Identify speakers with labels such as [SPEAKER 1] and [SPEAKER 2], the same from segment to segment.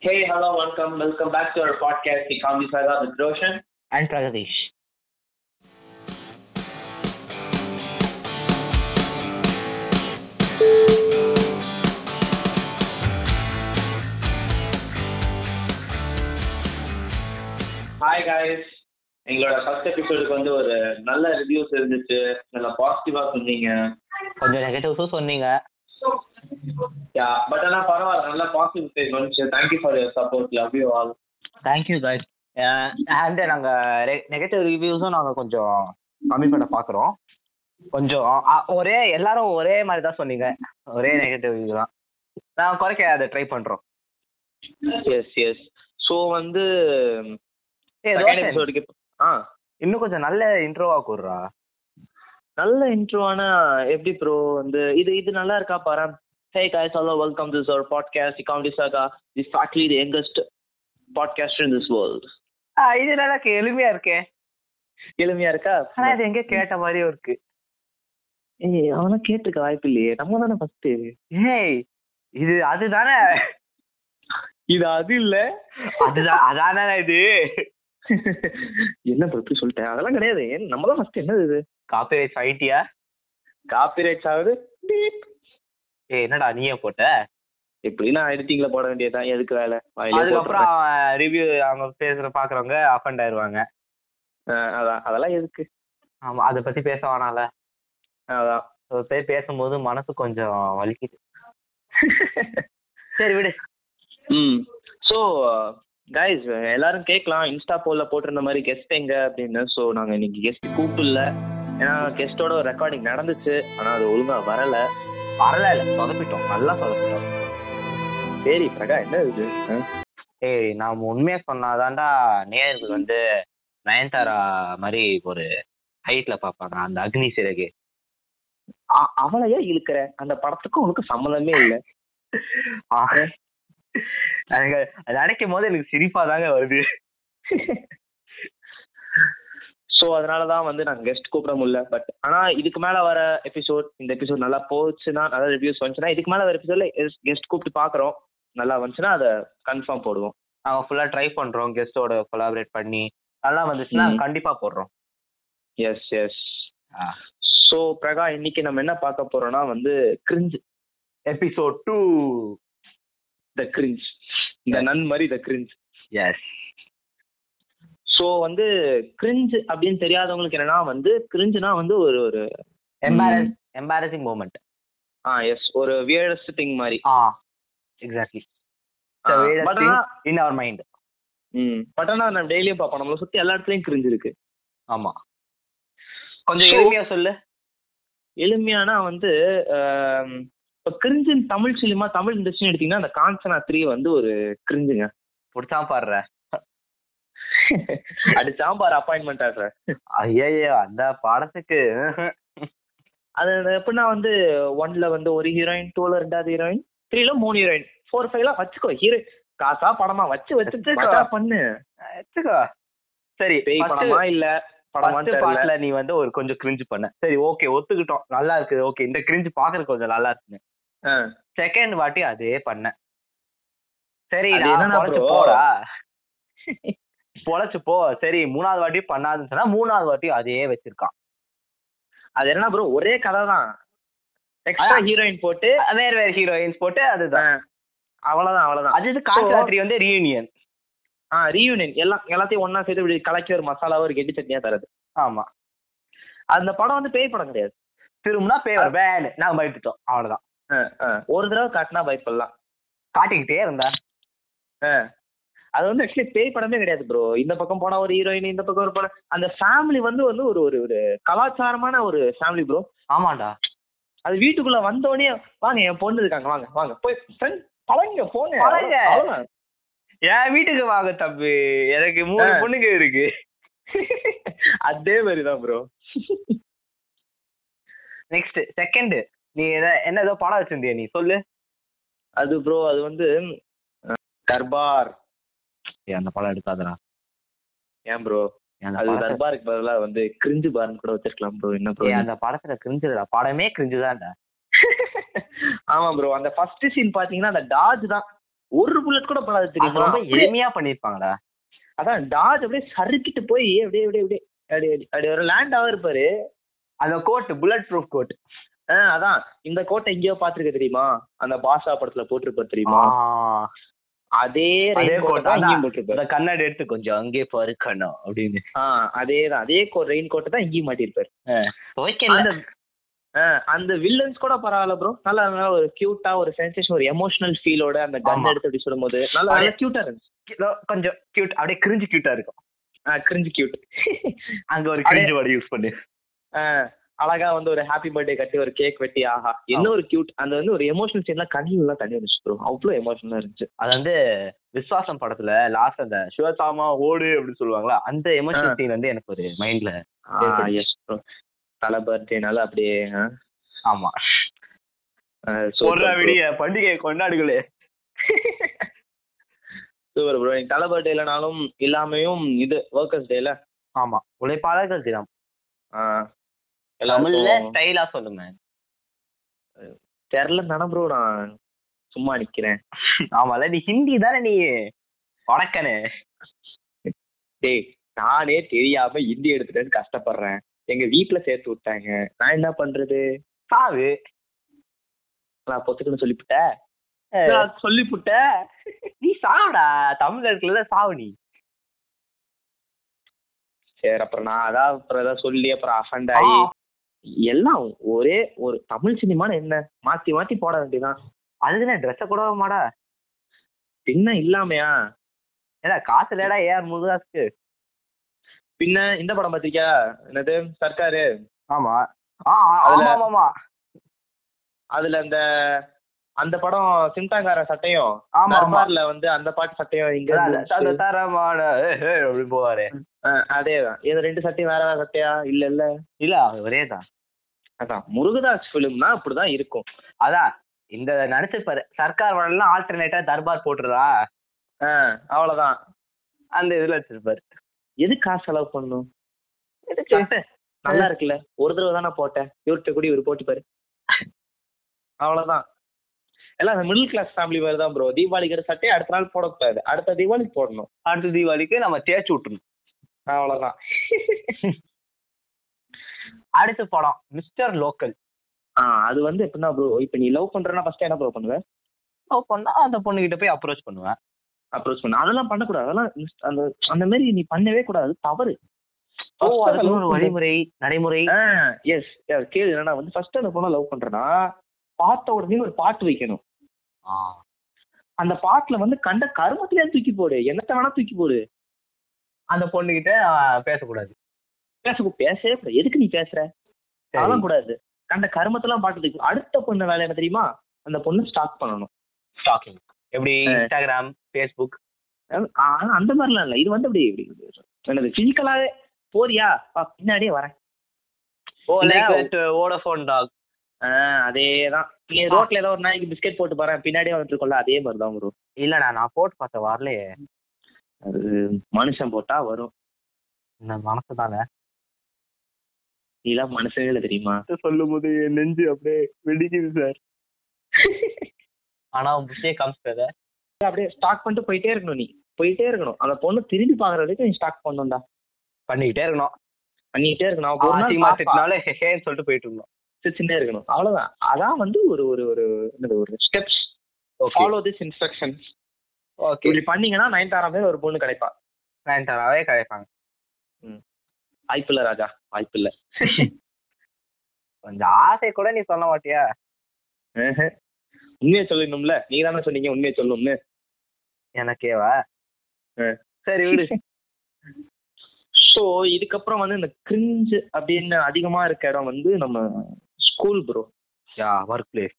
[SPEAKER 1] Hey, hello, welcome, welcome back to our podcast, Economy Saga with Roshan.
[SPEAKER 2] and Pragadish.
[SPEAKER 1] Hi guys எங்களோட first எபிசோடுக்கு வந்து ஒரு நல்ல reviews இருந்துச்சு நல்ல பாசிட்டிவா சொன்னீங்க
[SPEAKER 2] கொஞ்சம் நெகட்டிவ்ஸும் சொன்னீங்க
[SPEAKER 1] பட் ஆனா பரவாயில்ல நல்ல பாசிட்டிவ் பேஸ் வந்துச்சு thank you for your support love you all
[SPEAKER 2] thank you guys and நாங்க நெகட்டிவ் ரிவ்யூஸும் நாங்க கொஞ்சம் கம்மி பண்ண பாக்குறோம் கொஞ்சம் அ- ஒரே எல்லாரும் ஒரே மாதிரி தான் சொன்னீங்க ஒரே நெகட்டிவ் ரிவ்யூ தான் நாங்க குறைக்க அதை ட்ரை பண்றோம்
[SPEAKER 1] எஸ் எஸ் ஸோ வந்து
[SPEAKER 2] ஏய்,
[SPEAKER 1] செகண்ட்
[SPEAKER 2] ரோஷன்,
[SPEAKER 1] எபிசோடுக்கு ஆ
[SPEAKER 2] இன்னும் கொஞ்சம் நல்ல இன்ட்ரோவா கூடுறா
[SPEAKER 1] நல்ல இன்ட்ரோ ஆனா எப்படி ப்ரோ வந்து இது இது நல்லா இருக்கா பாரு hey guys hello welcome this our podcast இகாமெடி Saka the ஃபேக்ட்லி the youngest podcast in this world
[SPEAKER 2] இது நல்லா எளிமையா இருக்கே
[SPEAKER 1] எளிமையா இருக்கா
[SPEAKER 2] ஆனா இது எங்க கேட்ட மாதிரியும் இருக்கு
[SPEAKER 1] ஏய் அவனா கேட்டுக்க வாய்ப்பு இல்லையே நம்ம தானே ஃபர்ஸ்ட்
[SPEAKER 2] ஏய் இது அதுதானே
[SPEAKER 1] இது அது இல்ல
[SPEAKER 2] அதுதான் அதானே இது
[SPEAKER 1] என்ன இப்படி சொல்லிட்டேன் அதெல்லாம் கிடையாது நம்ம தான் ஃபர்ஸ்ட் என்னது இது
[SPEAKER 2] காப்பிரைட் ஐடியா
[SPEAKER 1] காப்பிரைட்ஸ் ஆகுது பீப்.
[SPEAKER 2] ஏய் என்னடா நீயே போட்ட
[SPEAKER 1] இப்படின்னா எடிட்டிங்ல போட வேண்டியதுதான் எதுக்கு வேலை வாயிலே
[SPEAKER 2] அதுக்கப்புறம் ரிவ்யூ அவங்க பேசுற பாக்குறவங்க அஃபண்ட் ஆயிருவாங்க
[SPEAKER 1] போட்டுறேன். ஆஹ் அதான் அதெல்லாம் எதுக்கு
[SPEAKER 2] ஆமா அதை பத்தி பேச வேணாம்ல
[SPEAKER 1] அதான்
[SPEAKER 2] அது போய் பேசும்போது மனசு கொஞ்சம் வலிக்குது சரி விடு
[SPEAKER 1] ம் ஸோ கைஸ் எல்லாரும் கேட்கலாம் இன்ஸ்டா போல போட்டிருந்த மாதிரி கெஸ்ட் எங்க அப்படின்னு ஸோ நாங்க இன்னைக்கு கெஸ்ட் கூப்பிடல ஏன்னா கெஸ்டோட ரெக்கார்டிங் நடந்துச்சு ஆனா அது ஒழுங்கா வரல
[SPEAKER 2] வரல இல்ல சொதப்பிட்டோம் நல்லா சொதப்பிட்டோம்
[SPEAKER 1] சரி பிரகா என்ன இது ஆ?
[SPEAKER 2] ஏய் நாம உண்மையா சொன்னாதான்டா நேயர்கள் வந்து நயன்தாரா மாதிரி ஒரு ஹைட்ல பாப்பாங்க அந்த அக்னி சிறகு
[SPEAKER 1] அ- அவளை ஏன் இழுக்கிற அந்த படத்துக்கும் உனக்கு சம்மந்தமே இல்ல
[SPEAKER 2] ஆஹ். எனக்கு அது நினைக்கும் போது எனக்கு சிரிப்பா தாங்க வருது
[SPEAKER 1] சோ அதனாலதான் வந்து நாங்க கெஸ்ட் கூப்பிட முடியல பட் ஆனா இதுக்கு மேல வர எபிசோட் இந்த எபிசோட் நல்லா போச்சுன்னா நல்லா ரிவ்யூஸ் வந்துச்சுன்னா இதுக்கு மேல வர எபிசோட்ல கெஸ்ட் கூப்பிட்டு பாக்குறோம் நல்லா வந்துச்சுன்னா அதை கன்ஃபார்ம் போடுவோம்
[SPEAKER 2] நாங்க ஃபுல்லா ட்ரை பண்றோம் கெஸ்டோட கொலாபரேட் பண்ணி நல்லா வந்துச்சுன்னா
[SPEAKER 1] ம்.
[SPEAKER 2] கண்டிப்பா போடுறோம்
[SPEAKER 1] எஸ் எஸ்
[SPEAKER 2] ஆ.
[SPEAKER 1] சோ பிரகா இன்னைக்கு நம்ம என்ன பார்க்க போறோம்னா வந்து cringe
[SPEAKER 2] episode two
[SPEAKER 1] the cringe இந்த
[SPEAKER 2] Yes.
[SPEAKER 1] நன் மாதிரி த கிரிஞ்ச்
[SPEAKER 2] எஸ்
[SPEAKER 1] சோ வந்து கிரிஞ்ச் அப்படின்னு தெரியாதவங்களுக்கு என்னன்னா வந்து கிரிஞ்சுனா வந்து ஒரு ஒரு
[SPEAKER 2] எம்பாரஸ்
[SPEAKER 1] Hmm.
[SPEAKER 2] எம்பாரசிங் மூமெண்ட்
[SPEAKER 1] ஆ எஸ் ஒரு வியர்டஸ்ட் திங் மாதிரி
[SPEAKER 2] ஆ exactly
[SPEAKER 1] ah, Ah. but ah.
[SPEAKER 2] But
[SPEAKER 1] ஆனா
[SPEAKER 2] இன் அவர் மைண்ட்
[SPEAKER 1] பட் ஆனா நம்ம டெய்லியும் பார்ப்போம் நம்மள சுத்தி எல்லா இடத்துலயும் கிரிஞ்சு இருக்கு
[SPEAKER 2] ஆமா கொஞ்சம்
[SPEAKER 1] So-
[SPEAKER 2] எளிமையா சொல்லு
[SPEAKER 1] எளிமையானா வந்து ஆம், இப்ப கிரிஞ்சின் தமிழ் சினிமா தமிழ் இண்டஸ்ட்ரி எடுத்தீங்கன்னா அந்த காஞ்சனா த்ரீ வந்து ஒரு கிரிஞ்சுங்க
[SPEAKER 2] புடிச்சா பாடுற
[SPEAKER 1] அது சாம்பார் அப்பாயின்மெண்ட் ஆடுற
[SPEAKER 2] ஐயோ அந்த படத்துக்கு
[SPEAKER 1] அது எப்படின்னா வந்து ஒன்ல வந்து ஒரு ஹீரோயின் டூல ரெண்டாவது ஹீரோயின் த்ரீல மூணு ஹீரோயின் ஃபோர் ஃபைவ்லாம் வச்சுக்கோ ஹீரோ காசா படமா வச்சு வச்சு
[SPEAKER 2] வச்சுக்கோ.
[SPEAKER 1] பட்டா பண்ணு
[SPEAKER 2] வச்சுக்கோ. சரி
[SPEAKER 1] பேய்
[SPEAKER 2] first-
[SPEAKER 1] படமா இல்ல படமா
[SPEAKER 2] first
[SPEAKER 1] தெரியல
[SPEAKER 2] partல நீ வந்து ஒரு கொஞ்சம் கிரிஞ்சு பண்ண சரி ஓகே ஒத்துக்கிட்டோம் நல்லா இருக்கு ஓகே இந்த கிரிஞ்சு பாக்குறதுக்கு கொஞ்சம் நல்லா இருக்குன்னு
[SPEAKER 1] ஆ.
[SPEAKER 2] செகண்ட் வாட்டி அதே பண்ண சரி
[SPEAKER 1] அது
[SPEAKER 2] நான்
[SPEAKER 1] என்னன்னா
[SPEAKER 2] பொழைச்சு
[SPEAKER 1] bro?
[SPEAKER 2] போடா பொழைச்சு போ சரி மூணாவது வாட்டி பண்ணாதுன்னு சொன்னா மூணாவது வாட்டி அதே வச்சிருக்கான்
[SPEAKER 1] அது என்ன ப்ரோ ஒரே கதை தான் எக்ஸ்ட்ரா ஹீரோயின் போட்டு
[SPEAKER 2] வேற வேற ஹீரோயின்ஸ் போட்டு அதுதான்
[SPEAKER 1] அவ்வளவுதான் அவ்வளவுதான்
[SPEAKER 2] அது இது காட்ராத்திரி வந்து ரீயூனியன்
[SPEAKER 1] ஆ ரீயூனியன் எல்லாம் எல்லாத்தையும் ஒண்ணா சேர்த்து இப்படி கலக்கி ஒரு மசாலாவை ஒரு கெட்டி சட்னியா தரது
[SPEAKER 2] ஆமா
[SPEAKER 1] அந்த படம் வந்து பேய் படம் கிடையாது
[SPEAKER 2] திரும்பினா பேவர் வேன் நாங்க பயப்பட்டோம் அவ்வளவுதான்
[SPEAKER 1] ஆ, ஆ. ஒரு தடவை காட்டினா பயப்படலாம்
[SPEAKER 2] காட்டிக்கிட்டே இருந்தா
[SPEAKER 1] அது வந்து ஆக்சுவலி பேய் படமே கிடையாது ப்ரோ இந்த பக்கம் போனா ஒரு ஹீரோயின் இந்த பக்கம் ஒரு படம் அந்த ஃபேமிலி வந்து வந்து ஒரு ஒரு ஒரு கலாச்சாரமான ஒரு ஃபேமிலி ப்ரோ
[SPEAKER 2] ஆமாண்டா
[SPEAKER 1] அது வீட்டுக்குள்ள வந்தோடனே வாங்க என் பொண்ணு இருக்காங்க வாங்க வாங்க போய் friend, பழகுங்க போங்க
[SPEAKER 2] பழகுங்க.
[SPEAKER 1] அவ்வளவுதான்.
[SPEAKER 2] என் வீட்டுக்கு வாங்க தப்பு எனக்கு மூணு
[SPEAKER 1] ஆ.
[SPEAKER 2] பொண்ணுங்க இருக்கு
[SPEAKER 1] அதே மாதிரிதான் ப்ரோ
[SPEAKER 2] நெக்ஸ்ட் செகண்ட் நீ என்ன- என்ன ஏதோ படம் வச்சிருந்தியா நீ சொல்லு
[SPEAKER 1] அது ப்ரோ அது வந்து அஹ், தர்பார்
[SPEAKER 2] அந்த படம் எடுக்காதடா
[SPEAKER 1] ஏன் ப்ரோ அது தர்பாருக்கு பதிலா வந்து கிரிஞ்சு பார்னு கூட வச்சிருக்கலாம் ப்ரோ என்ன ப்ரோ
[SPEAKER 2] அந்த படத்துல கிரிஞ்சுடா படமே கிரிஞ்சுதான்டா
[SPEAKER 1] ஆமா ப்ரோ அந்த ஃபர்ஸ்ட் சீன் பாத்தீங்கன்னா அந்த டாஜ் தான் ஒரு புல்லட் கூட படாது
[SPEAKER 2] அது
[SPEAKER 1] தெரியுமா
[SPEAKER 2] ரொம்ப
[SPEAKER 1] அப்படியே-
[SPEAKER 2] எளிமையா பண்ணிருப்பாங்கடா
[SPEAKER 1] அதான் டாஜ் அப்படியே சறுக்கிட்டு போய் அப்படியே அப்படியே அப்படியே அப்படியே அப்படியே அப்படியே ஒரு லேண்ட் ஆக இருப்பாரு
[SPEAKER 2] அந்த கோட் புல்லட் ப்ரூஃப் கோட்
[SPEAKER 1] ஆ, அதான் இந்த கோட்டை எங்கேயோ பாத்திருக்க தெரியுமா அந்த பாஷா படத்துல போட்டிருப்பாரு தெரியுமா அதே
[SPEAKER 2] அதே
[SPEAKER 1] ரெயின் கோட்
[SPEAKER 2] கோட்
[SPEAKER 1] தான்
[SPEAKER 2] தான்.
[SPEAKER 1] இங்கேயும் போட்டிருப்பாரு
[SPEAKER 2] அந்த கண்ணாடி எடுத்து கொஞ்சம் அங்கே பாரு கண்ணம் அப்படின்னு
[SPEAKER 1] ஆ, அதேதான் அதே ரெயின் கோட்டை தான் இங்கேயும் மாட்டியிருப்பாரு
[SPEAKER 2] ஓகே
[SPEAKER 1] அந்த ஆ, அந்த வில்லன்ஸ் கூட பரவாயில்ல ப்ரோ நல்லா நல்லா ஒரு கியூட்டா ஒரு சென்சேஷன் ஒரு எமோஷனல் ஃபீலோட அந்த கன்
[SPEAKER 2] ஆமா.
[SPEAKER 1] எடுத்து அப்படி சொல்லும்போது நல்லா நல்லா கியூட்டா இருந்துச்சு
[SPEAKER 2] கொஞ்சம் கியூட் அப்படியே கிரிஞ்சு கியூட்டா இருக்கும்
[SPEAKER 1] ஆ, கிரிஞ்சு கியூட்
[SPEAKER 2] அங்க ஒரு
[SPEAKER 1] அப்படியே-
[SPEAKER 2] கிரிஞ்சு வேர்டு யூஸ் பண்ணி
[SPEAKER 1] அழகா வந்து ஒரு ஹாப்பி பர்த்டே கட்டி ஒரு கேக் வெட்டி ஆஹா என்ன ஒரு கியூட் அந்த வந்து ஒரு எமோஷனல் சீன்லாம் கண்ணில் எல்லாம் தண்ணி வந்துச்சு ப்ரோ அவ்வளவு எமோஷனலா இருந்துச்சு
[SPEAKER 2] அது வந்து விஸ்வாசம் படத்துல லாஸ்ட் அந்த சிவசாமா ஓடு அப்படின்னு சொல்லுவாங்களா அந்த எமோஷனல் சீன் வந்து எனக்கு ஒரு மைண்ட்ல
[SPEAKER 1] எஸ் ப்ரோ தலை பர்த்டேனால அப்படியே ஆ,
[SPEAKER 2] ஆமா
[SPEAKER 1] ஆ, super bro.
[SPEAKER 2] பண்டிகை கொண்டாடுகளே
[SPEAKER 1] சூப்பர் ப்ரோ எனக்கு தலை பர்த்டே இல்லைனாலும் இல்லாமையும் இது ஒர்க்கர்ஸ் டேல
[SPEAKER 2] ஆமா உழைப்பாளர்கள் தினம் தமிழ்ல
[SPEAKER 1] எல்லாருக்கும்
[SPEAKER 2] ஸ்டைலா சொல்லுங்க
[SPEAKER 1] தெரில தானே ப்ரோ நான் சும்மா நிக்கிறேன்
[SPEAKER 2] ஆமால நீ ஹிந்தி தானே நீ வடக்கனே
[SPEAKER 1] டேய் நானே தெரியாம இந்தி எடுத்துட்டேன்னு கஷ்டப்படுறேன் எங்க வீட்ல சேர்த்து விட்டாங்க நான் என்ன பண்றது
[SPEAKER 2] சாவு
[SPEAKER 1] நான் பொத்துக்கன்னு சொல்லிவிட்டேன் நான் சொல்லிவிட்டேன்
[SPEAKER 2] நீ சாவுடா தமிழர்கள்ல சாவு நீ
[SPEAKER 1] சரி அப்புறம் நான் அதான் அப்புறம் ஏதாவது சொல்லி அப்புறம் அஃபண்ட் ஆகி எல்லாம் ஒரே ஒரு தமிழ் சினிமான்னு என்ன மாத்தி மாத்தி போட வேண்டியதான்
[SPEAKER 2] அதுக்குன்னு ட்ரெஸ்ஸ கூட மாடா
[SPEAKER 1] பின்ன இல்லாமையா
[SPEAKER 2] ஏடா காசு இல்லடா ஏஆர் முருகாஸ்க்கு
[SPEAKER 1] பின்ன இந்த படம் பாத்திருக்கியா என்னது சர்க்காரு
[SPEAKER 2] ஆமா ஆ ஆ, ஆமா ஆமா, ஆமா
[SPEAKER 1] அதுல அந்த அந்த படம் சிம்தாங்கார சட்டையும்
[SPEAKER 2] ஆமா ஆமா
[SPEAKER 1] தர்பார்ல வந்து அந்த பாட்டு சட்டையும் இங்க
[SPEAKER 2] அதான்,
[SPEAKER 1] இருந்து
[SPEAKER 2] அந்த தரமான ஏ, ஏ, அப்படி போவாரு
[SPEAKER 1] அஹ் அதேதான் இது ரெண்டு சட்டையும் வேற வேற சட்டையா இல்ல இல்ல
[SPEAKER 2] இல்ல ஒரேதான்
[SPEAKER 1] அதான் முருகதாஸ் பிலிம்னா அப்படிதான் இருக்கும்
[SPEAKER 2] அதான் இந்த நடிச்சிருப்பாரு சர்க்கார் வடலாம் ஆல்டர்னேட்டா தர்பார் போட்டுறதா
[SPEAKER 1] அஹ் அவ்வளவுதான்
[SPEAKER 2] அந்த இதுல வச்சிருப்பாரு
[SPEAKER 1] எது காசு செலவு பண்ணும் நல்லா இருக்குல்ல ஒரு தடவை தானே போட்டேன் இவர்கிட்ட கூட இவர் போட்டு பாரு அவ்வளவுதான் எல்லாம் அந்த மிடில் கிளாஸ் ஃபேமிலி மாதிரி தான் ப்ரோ தீபாவளிக்கிற சட்டையை அடுத்த நாள் போடக்கூடாது அடுத்த தீபாவளிக்கு போடணும்
[SPEAKER 2] அடுத்த தீபாவளிக்கு நம்ம தேய்ச்சி விட்டுருணும்
[SPEAKER 1] அவ்வளவுதான்
[SPEAKER 2] அடுத்த படம் மிஸ்டர் லோக்கல்
[SPEAKER 1] ஆஹ் அது வந்து எப்படின்னா ப்ரோ இப்ப நீ லவ் பண்றேன்னா ஃபர்ஸ்ட் என்ன ப்ரோ பண்ணுவ
[SPEAKER 2] லவ் பண்ணா அந்த பொண்ணுகிட்ட போய் அப்ரோச் பண்ணுவேன்
[SPEAKER 1] அப்ரோச் பண்ண அதெல்லாம் பண்ணக்கூடாது அதெல்லாம் inst- அந்த அந்த மாதிரி நீ பண்ணவே கூடாது தவறு
[SPEAKER 2] ஓ
[SPEAKER 1] First அந்த
[SPEAKER 2] அதுக்கு
[SPEAKER 1] love
[SPEAKER 2] ஒரு
[SPEAKER 1] பண்ற-
[SPEAKER 2] வழிமுறை நடைமுறை
[SPEAKER 1] எஸ் கேளு என்னன்னா வந்து ஃபர்ஸ்ட் அந்த பொண்ணை லவ் பண்றேன்னா பார்த்த உடனே ஒரு பாட்டு வைக்கணும்
[SPEAKER 2] ஆ.
[SPEAKER 1] அந்த பாட்டுல வந்து கண்ட கருமத்திலே தூக்கி போடு என்னத்த வேணா தூக்கி போடு
[SPEAKER 2] அந்த பொண்ணுகிட்ட ஆ, பேசக்கூடாது
[SPEAKER 1] பேச பேசவே கூடாது எதுக்கு நீ பேசுற அதெல்லாம் கூடாது கண்ட கருமத்தெல்லாம் பாட்டு தூக்கி அடுத்த பொண்ணு வேலை என்ன தெரியுமா அந்த பொண்ணு ஸ்டாக் பண்ணணும்
[SPEAKER 2] ஸ்டாக்கிங் எப்படி இன்ஸ்டாகிராம் ஃபேஸ்புக்
[SPEAKER 1] அஹ் ஆனா அந்த மாதிரிலாம் இல்ல இது வந்து அப்படி இப்படி என்னது பிசிக்கலாவே போறியா வா, பின்னாடியே வரேன்
[SPEAKER 2] ஓ
[SPEAKER 1] இல்ல,
[SPEAKER 2] லைக் ஓடஃபோன் டாக்
[SPEAKER 1] ஆஹ் அதேதான் நீ ரோட்ல ஏதோ ஒரு நாய்க்கு பிஸ்கெட் போட்டு போறேன் பின்னாடியே வந்துட்டு இருக்கோம்ல அதே மாதிரி தான் வரும்
[SPEAKER 2] இல்லடா நான் போட்டு பார்த்த வரலையே
[SPEAKER 1] அது மனுஷன் போட்டா வரும்
[SPEAKER 2] இந்த மனசு தானே
[SPEAKER 1] நீலாம் மனுஷனே இல்லை தெரியுமா
[SPEAKER 2] சொல்லும் போது என் நெஞ்சு அப்படியே வெடிக்குது சார் ஆனா புஷே காமிச்சத
[SPEAKER 1] அப்படியே ஸ்டாக் பண்ணிட்டு போயிட்டே இருக்கணும் நீ போயிட்டே இருக்கணும் அந்த பொண்ணு திரும்பி பாக்குற வரைக்கும் நீ ஸ்டாக் பண்ணணும்டா
[SPEAKER 2] பண்ணிக்கிட்டே இருக்கணும்
[SPEAKER 1] பண்ணிட்டே இருக்கணும் அவ ஒரு நாள்
[SPEAKER 2] ஆசிமா
[SPEAKER 1] பாப்பா.
[SPEAKER 2] திட்டினால ஹேன்னு சொல்லிட்டு போயிட்டு இருந்தோம்
[SPEAKER 1] சிரிச்சுட்டே இருக்கணும் அவ்வளவுதான் அதான் வந்து ஒரு ஒரு ஒரு என்னது ஒரு steps follow this instructions
[SPEAKER 2] okay
[SPEAKER 1] இப்படி பண்ணீங்கன்னா நைன்த் ஆறாம் ஒரு பொண்ணு கிடைப்பா
[SPEAKER 2] நயன்தாராவே கிடைப்பாங்க
[SPEAKER 1] வாய்ப்பு இல்ல ராஜா வாய்ப்பு இல்ல
[SPEAKER 2] கொஞ்சம் ஆசை கூட நீ சொல்ல மாட்டியா
[SPEAKER 1] உண்மையை சொல்லணும்ல நீங்க தானே சொன்னீங்க உண்மையை சொல்லணும்னு
[SPEAKER 2] எனக்கேவா
[SPEAKER 1] ஆ.
[SPEAKER 2] சரி விடு
[SPEAKER 1] ஸோ இதுக்கப்புறம் வந்து இந்த கிரிஞ்சு அப்படின்னு அதிகமா இருக்க இடம் வந்து நம்ம school bro
[SPEAKER 2] yeah workplace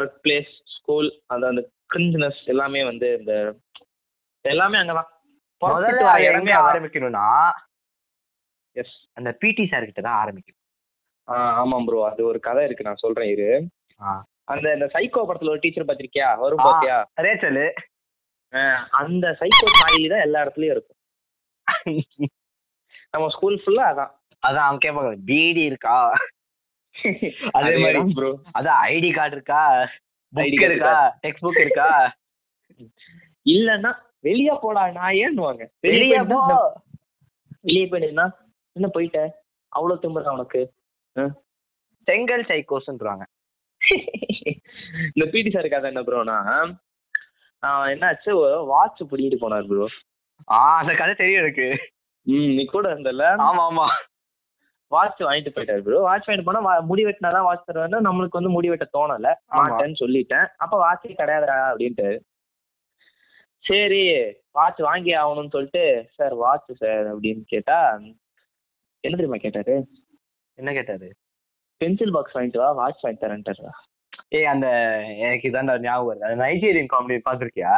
[SPEAKER 1] workplace school அந்த அந்த கிரிஞ்சினஸ் எல்லாமே வந்து இந்த எல்லாமே அங்கதான்
[SPEAKER 2] முதல்ல அது எங்க ஆரம்பிக்கணும்னா
[SPEAKER 1] எஸ்
[SPEAKER 2] அந்த பிடி சார் கிட்ட தான் ஆரம்பிக்கணும்
[SPEAKER 1] ஆமாம் ப்ரோ அது ஒரு கதை இருக்கு நான் சொல்றேன் இரு
[SPEAKER 2] ஆ.
[SPEAKER 1] அந்த இந்த சைக்கோ படத்துல ஒரு டீச்சர் பாத்திருக்கியா வரும்
[SPEAKER 2] ஆ.
[SPEAKER 1] பாத்தியா
[SPEAKER 2] ரேச்சலு
[SPEAKER 1] அஹ், அந்த சைக்கோ தாயி தான் எல்லா இடத்துலயும் இருக்கும் நம்ம ஸ்கூல் ஃபுல்லா அதான்
[SPEAKER 2] அதான் அவன் கேட்பாங்க பிடி இருக்கா அதே மாதிரி
[SPEAKER 1] ப்ரோ
[SPEAKER 2] அதான் ஐடி கார்டு இருக்கா
[SPEAKER 1] ID
[SPEAKER 2] புக்
[SPEAKER 1] card
[SPEAKER 2] இருக்கா டெக்ஸ்ட் புக் இருக்கா
[SPEAKER 1] இல்லன்னா வெளிய போடா நான் ஏன்னுவாங்க
[SPEAKER 2] வெளிய போ
[SPEAKER 1] வெளியே போயிடுனா என்ன போயிட்ட அவ்வளவு திம்புறா உனக்கு
[SPEAKER 2] செங்கல் சைக்கோஸ்ன்றாங்க
[SPEAKER 1] இந்த பிடி சார் கதை என்ன ப்ரோனா என்னாச்சு வாட்ச் பிடிக்கிட்டு போனார் ப்ரோ
[SPEAKER 2] ஆ அந்த கதை தெரியும் எனக்கு
[SPEAKER 1] ம் நீ கூட இருந்தல
[SPEAKER 2] ஆமா ஆமா
[SPEAKER 1] வாட்ச் வாங்கிட்டு போயிட்டாரு ப்ரோ வாட்ச் வாங்கிட்டு போனா வா- முடி வெட்டினாதான் வாட்ச் தருவேன்னா நம்மளுக்கு வந்து முடி வெட்ட தோணல
[SPEAKER 2] ஆமா.
[SPEAKER 1] மாட்டேன்னு சொல்லிட்டேன் அப்ப வாட்சே கிடையாதுடா அப்படின்ட்டு சரி வாட்ச் வாங்கி ஆகணும்னு சொல்லிட்டு சார் வாட்ச் சார் அப்படின்னு கேட்டா என்ன தெரியுமா கேட்டாரு
[SPEAKER 2] என்ன கேட்டாரு
[SPEAKER 1] பென்சில் பாக்ஸ் வாங்கிட்டு வா வாட்ச் வாங்கி தரேன்ட்டாரு
[SPEAKER 2] ஏய் அந்த எனக்கு இதான்டா ஞாபகம் வருது அந்த நைஜீரியன் காமெடி பாத்திருக்கியா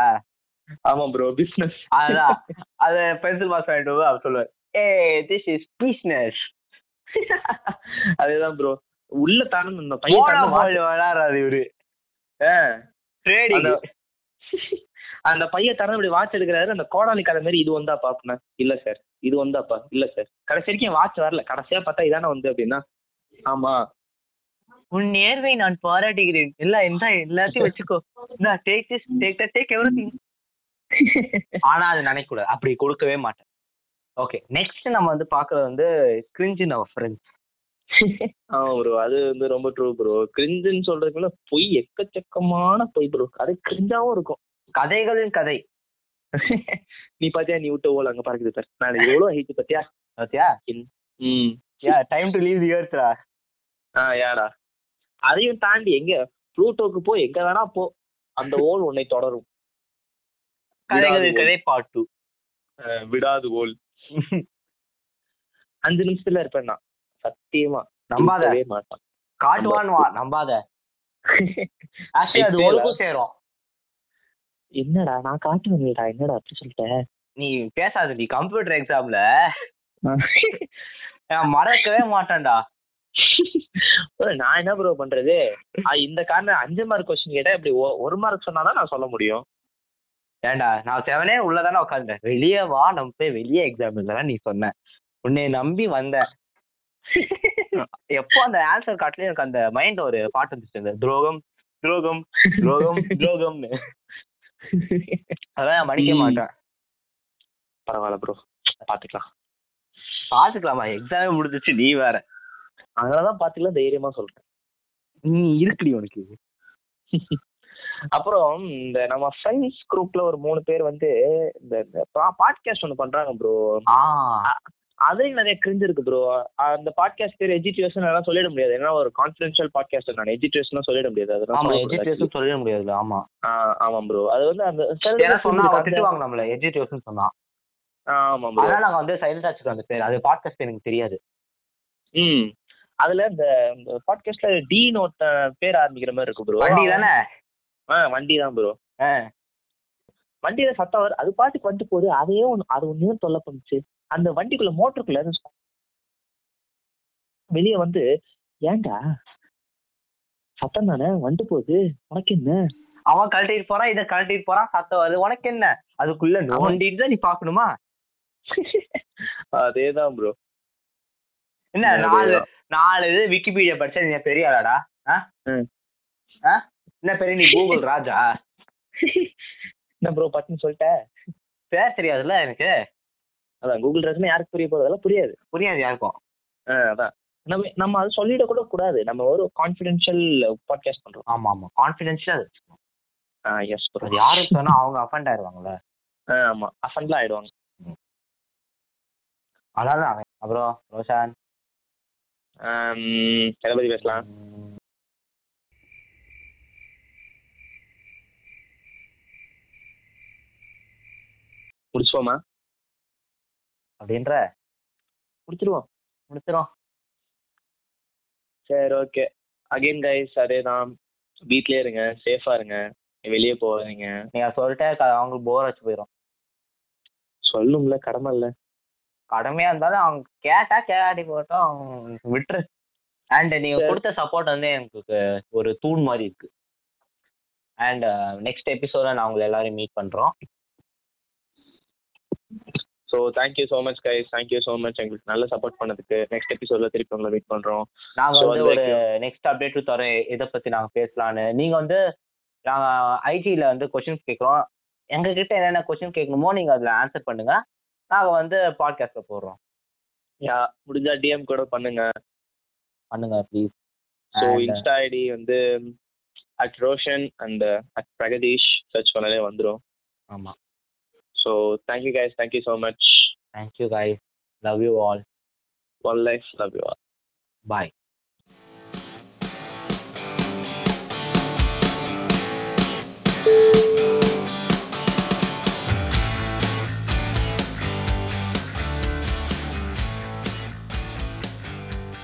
[SPEAKER 1] ஆமா ப்ரோ பிசினஸ்
[SPEAKER 2] அதான் அது பென்சில் பாஸ் ஆயிட்டு அவர் சொல்லுவார் ஏ திஸ் இஸ் பிசினஸ்
[SPEAKER 1] அதேதான் ப்ரோ உள்ள தானே இந்த பையன் தானே watch-
[SPEAKER 2] விளையாடுறாரு இவரு
[SPEAKER 1] ஆ,
[SPEAKER 2] ட்ரேடிங்
[SPEAKER 1] அந்த- அந்த பையன் தரம் இப்படி வாட்ச் எடுக்கிறாரு அந்த கோடாலி கடை மாதிரி இது வந்தாப்பா அப்படின்னா இல்ல சார் இது வந்தாப்பா இல்ல சார் கடைசி வரைக்கும் வாட்ச் வரல கடைசியா பார்த்தா இதானே வந்து அப்படின்னா ஆமா
[SPEAKER 2] உன் நேர்வை நான் பாராட்டுகிறேன் இல்ல இந்த எல்லாத்தையும் வச்சுக்கோ இந்த take this take that take everything ஆனா அது நினைக்க கூடாது அப்படி கொடுக்கவே மாட்டேன் ஓகே நெக்ஸ்ட் நம்ம வந்து பாக்குறது வந்து கிரிஞ்ச் இன் அவர் ஃப்ரெண்ட்ஸ்
[SPEAKER 1] ஆமா ப்ரோ அது வந்து ரொம்ப ட்ரூ ப்ரோ கிரிஞ்சுன்னு சொல்றதுக்குள்ள பொய் எக்கச்சக்கமான பொய் ப்ரோ அது கிரிஞ்சாவும் இருக்கும்
[SPEAKER 2] கதைகளின் கதை
[SPEAKER 1] நீ பாத்தியா நீ விட்டு ஓல அங்க பறக்குது சார் நான் எவ்வளவு ஹெய்ட் பாத்தியா
[SPEAKER 2] பாத்தியா
[SPEAKER 1] hmm
[SPEAKER 2] yeah time to leave the earth
[SPEAKER 1] ஆ ஏடா அதையும் தாண்டி எங்க ப்ளூட்டோக்கு போ எங்க வேணா போ அந்த ஓல் உன்னை தொடரும்
[SPEAKER 2] கதைகளின் கதை பார்ட் டூ
[SPEAKER 1] விடாது ஓல் அஞ்சு நிமிஷத்துல இருப்பேன் நான் சத்தியமா
[SPEAKER 2] நம்பாத
[SPEAKER 1] இருக்கவே மாட்டான்
[SPEAKER 2] காட்டுவான் வா நம்பாத ஆக்சுவலி அது
[SPEAKER 1] இப்பயே
[SPEAKER 2] ஒழுக்கும் சேரும்
[SPEAKER 1] என்னடா நான் காட்டுவேன்டா என்னடா அப்படி சொல்லிட்டேன்
[SPEAKER 2] நீ பேசாத நீ கம்ப்யூட்டர் எக்ஸாம்ல
[SPEAKER 1] ஆ.
[SPEAKER 2] நான் மறக்கவே மாட்டேன்டா
[SPEAKER 1] ஏய், நான் என்ன ப்ரோ பண்றது ஆ, இந்த காரணம் அஞ்சு மார்க் கொஸ்டின் கேட்டா இப்படி ஒ- ஒரு மார்க் சொன்னாதான் நான் சொல்ல முடியும்
[SPEAKER 2] ஏன்டா நான் செவனே உள்ளதானே உட்காந்துட்டேன் வெளியே வா நம்ம போய் வெளியே எக்ஸாம் எழுதலாம் நீ சொன்ன உன்னை நம்பி வந்தேன் எப்போ அந்த ஆன்சர் காட்டுல எனக்கு அந்த மைண்ட் ஒரு பாட்டு வந்துச்சு இந்த துரோகம் துரோகம் துரோகம் துரோகம்னு அதான் நான் மடிக்க
[SPEAKER 1] ம்.
[SPEAKER 2] மாட்டேன்
[SPEAKER 1] பரவாயில்ல ப்ரோ பாத்துக்கலாம்
[SPEAKER 2] பாத்துக்கலாமா எக்ஸாமே முடிஞ்சிச்சு நீ வேற
[SPEAKER 1] அதனாலதான் பாத்துக்கலாம் தைரியமா சொல்றேன்
[SPEAKER 2] நீ இருக்குடி உனக்கு
[SPEAKER 1] அப்புறம் இந்த நம்ம ஃப்ரெண்ட்ஸ் குரூப்ல ஒரு மூணு பேர் வந்து இந்த பாட்காஸ்ட் ஒன்று பண்றாங்க ப்ரோ
[SPEAKER 2] ஆ
[SPEAKER 1] அதுலயும் நிறைய கிரிஞ்சு இருக்கு ப்ரோ அந்த பாட்காஸ்ட் பேர் எஜிடியூஷன் எல்லாம் சொல்லிட முடியாது ஏன்னா ஒரு கான்ஃபிடென்ஷியல் பாட்காஸ்ட் நான் எஜிடியூஷன் சொல்லிட முடியாது
[SPEAKER 2] ஆமா
[SPEAKER 1] அதெல்லாம்
[SPEAKER 2] எஜிடியூஷன் சொல்லவே முடியாதுல்ல ஆமா
[SPEAKER 1] ஆமா ப்ரோ அது வந்து அந்த சில
[SPEAKER 2] ஏன்னா
[SPEAKER 1] பேர்
[SPEAKER 2] சொன்னா அவன்
[SPEAKER 1] அந்த-
[SPEAKER 2] திட்டுவாங்க நம்மள எஜிடியூஷன் சொன்னா
[SPEAKER 1] ஆ, ஆமா ப்ரோ
[SPEAKER 2] அதனால நாங்க வந்து சைலண்டா வச்சுக்கோம் அந்த பேர் அது பாட்காஸ்ட் எனக்கு தெரியாது
[SPEAKER 1] ம் அதுல இந்த பாட்காஸ்ட்ல டீன் ஒருத்த பேர் ஆரம்பிக்கிற மாதிரி இருக்கு ப்ரோ
[SPEAKER 2] வண்டி தானே
[SPEAKER 1] வண்டி தான் ப்ரோ
[SPEAKER 2] ஆ.
[SPEAKER 1] வண்டியில சத்தம் வரும் அது பாட்டுக்கு வந்துட்டு போகுது அதையே ஒண்ணு அது ஒன்னையும் தொல்லை பண்ணுச்சு அந்த வண்டிக்குள்ள மோட்டருக்குள்ள வெளியே வந்து ஏன்டா சத்தம் தானே வந்துட்டு போகுது உனக்கு என்ன
[SPEAKER 2] அவன் கழட்டிட்டு போறான் இதை கழட்டிட்டு போறான் சத்தம் வருது உனக்கு என்ன அதுக்குள்ள நோண்டிட்டு தான் நீ பாக்கணுமா
[SPEAKER 1] அதேதான் ப்ரோ
[SPEAKER 2] என்ன
[SPEAKER 1] அதே
[SPEAKER 2] நாலு நாலு இது விக்கிபீடியா படிச்சா நீ பெரிய ஆளாடா ஆ?
[SPEAKER 1] ம்.
[SPEAKER 2] ஆ? என்ன பெரிய நீ கூகுள் ராஜா
[SPEAKER 1] என்ன ப்ரோ பட்டுன்னு சொல்லிட்டேன்
[SPEAKER 2] பேர் தெரியாதுல்ல எனக்கு
[SPEAKER 1] அதான் கூகுள் ட்ரெஸ்னா யாருக்கு புரிய போறதெல்லாம் புரியாது
[SPEAKER 2] புரியாது யாருக்கும்
[SPEAKER 1] ஆ, அதான் நம்ம நம்ம அது சொல்லிட கூட கூடாது நம்ம ஒரு கான்ஃபிடென்ஷியல் பாட்காஸ்ட் பண்றோம்
[SPEAKER 2] ஆமா ஆமா கான்பிடென்ஷியல்
[SPEAKER 1] எஸ் ப்ரோ
[SPEAKER 2] அது யாரும் சொன்னா அவங்க அஃபண்ட் ஆயிருவாங்கல்ல
[SPEAKER 1] ஆமா அஃபண்ட்லாம் ஆயிடுவாங்க
[SPEAKER 2] அதான் அவன். அப்புறம் ரோஷான்
[SPEAKER 1] ஆம், எதை பத்தி பேசலாம் முடிச்சுப்போமா
[SPEAKER 2] அப்படின்ற
[SPEAKER 1] முடிச்சிருவோம்
[SPEAKER 2] முடிச்சிடும்
[SPEAKER 1] சரி ஓகே அகைன் கைஸ் அதே தான் வீட்லயே இருங்க சேஃபா இருங்க வெளியே போகாதீங்க
[SPEAKER 2] நீங்க சொல்லிட்டே க- அவங்களுக்கு போர் வச்சு போயிடும்
[SPEAKER 1] சொல்லும்ல கடமை இல்ல
[SPEAKER 2] கடமையா இருந்தாலும் அவங்க கேட்டா கேட்டி போட்டோம் அவங்க விட்டுரு அண்ட் நீங்க
[SPEAKER 1] சரி.
[SPEAKER 2] கொடுத்த சப்போர்ட் வந்து எனக்கு ஒரு தூண் மாதிரி இருக்கு uh, அண்ட் நெக்ஸ்ட் எபிசோட நான் உங்களை எல்லாரையும் மீட் பண்றோம்
[SPEAKER 1] so thank you so much guys thank you so much எங்களுக்கு நல்ல சப்போர்ட் பண்ணதுக்கு நெக்ஸ்ட் எபிசோட்ல திருப்பி உங்களை மீட் பண்றோம்
[SPEAKER 2] நாங்க
[SPEAKER 1] So,
[SPEAKER 2] வந்து
[SPEAKER 1] வந்து
[SPEAKER 2] ஒரு நெக்ஸ்ட் அப்டேட் தரோம் எதை பத்தி நாங்க பேசலாம்னு நீங்க வந்து நாங்க ஐடியில வந்து கொஸ்டின்ஸ் கேட்குறோம் எங்க கிட்ட என்னென்ன கொஸ்டின் கேட்கணுமோ நீங்க அதுல ஆன்சர் பண்ணுங்க நாங்க வந்து பாட்காஸ்ட்ல போடுறோம்
[SPEAKER 1] யா முடிஞ்சா டிஎம் கூட பண்ணுங்க
[SPEAKER 2] பண்ணுங்க ப்ளீஸ்
[SPEAKER 1] ஸோ இன்ஸ்டா ஐடி வந்து at Roshan and at Pragadeesh search பண்ணாலே வந்துடும்
[SPEAKER 2] ஆமா
[SPEAKER 1] so thank you guys thank you so much
[SPEAKER 2] thank you guys love you all
[SPEAKER 1] one life love you
[SPEAKER 2] bye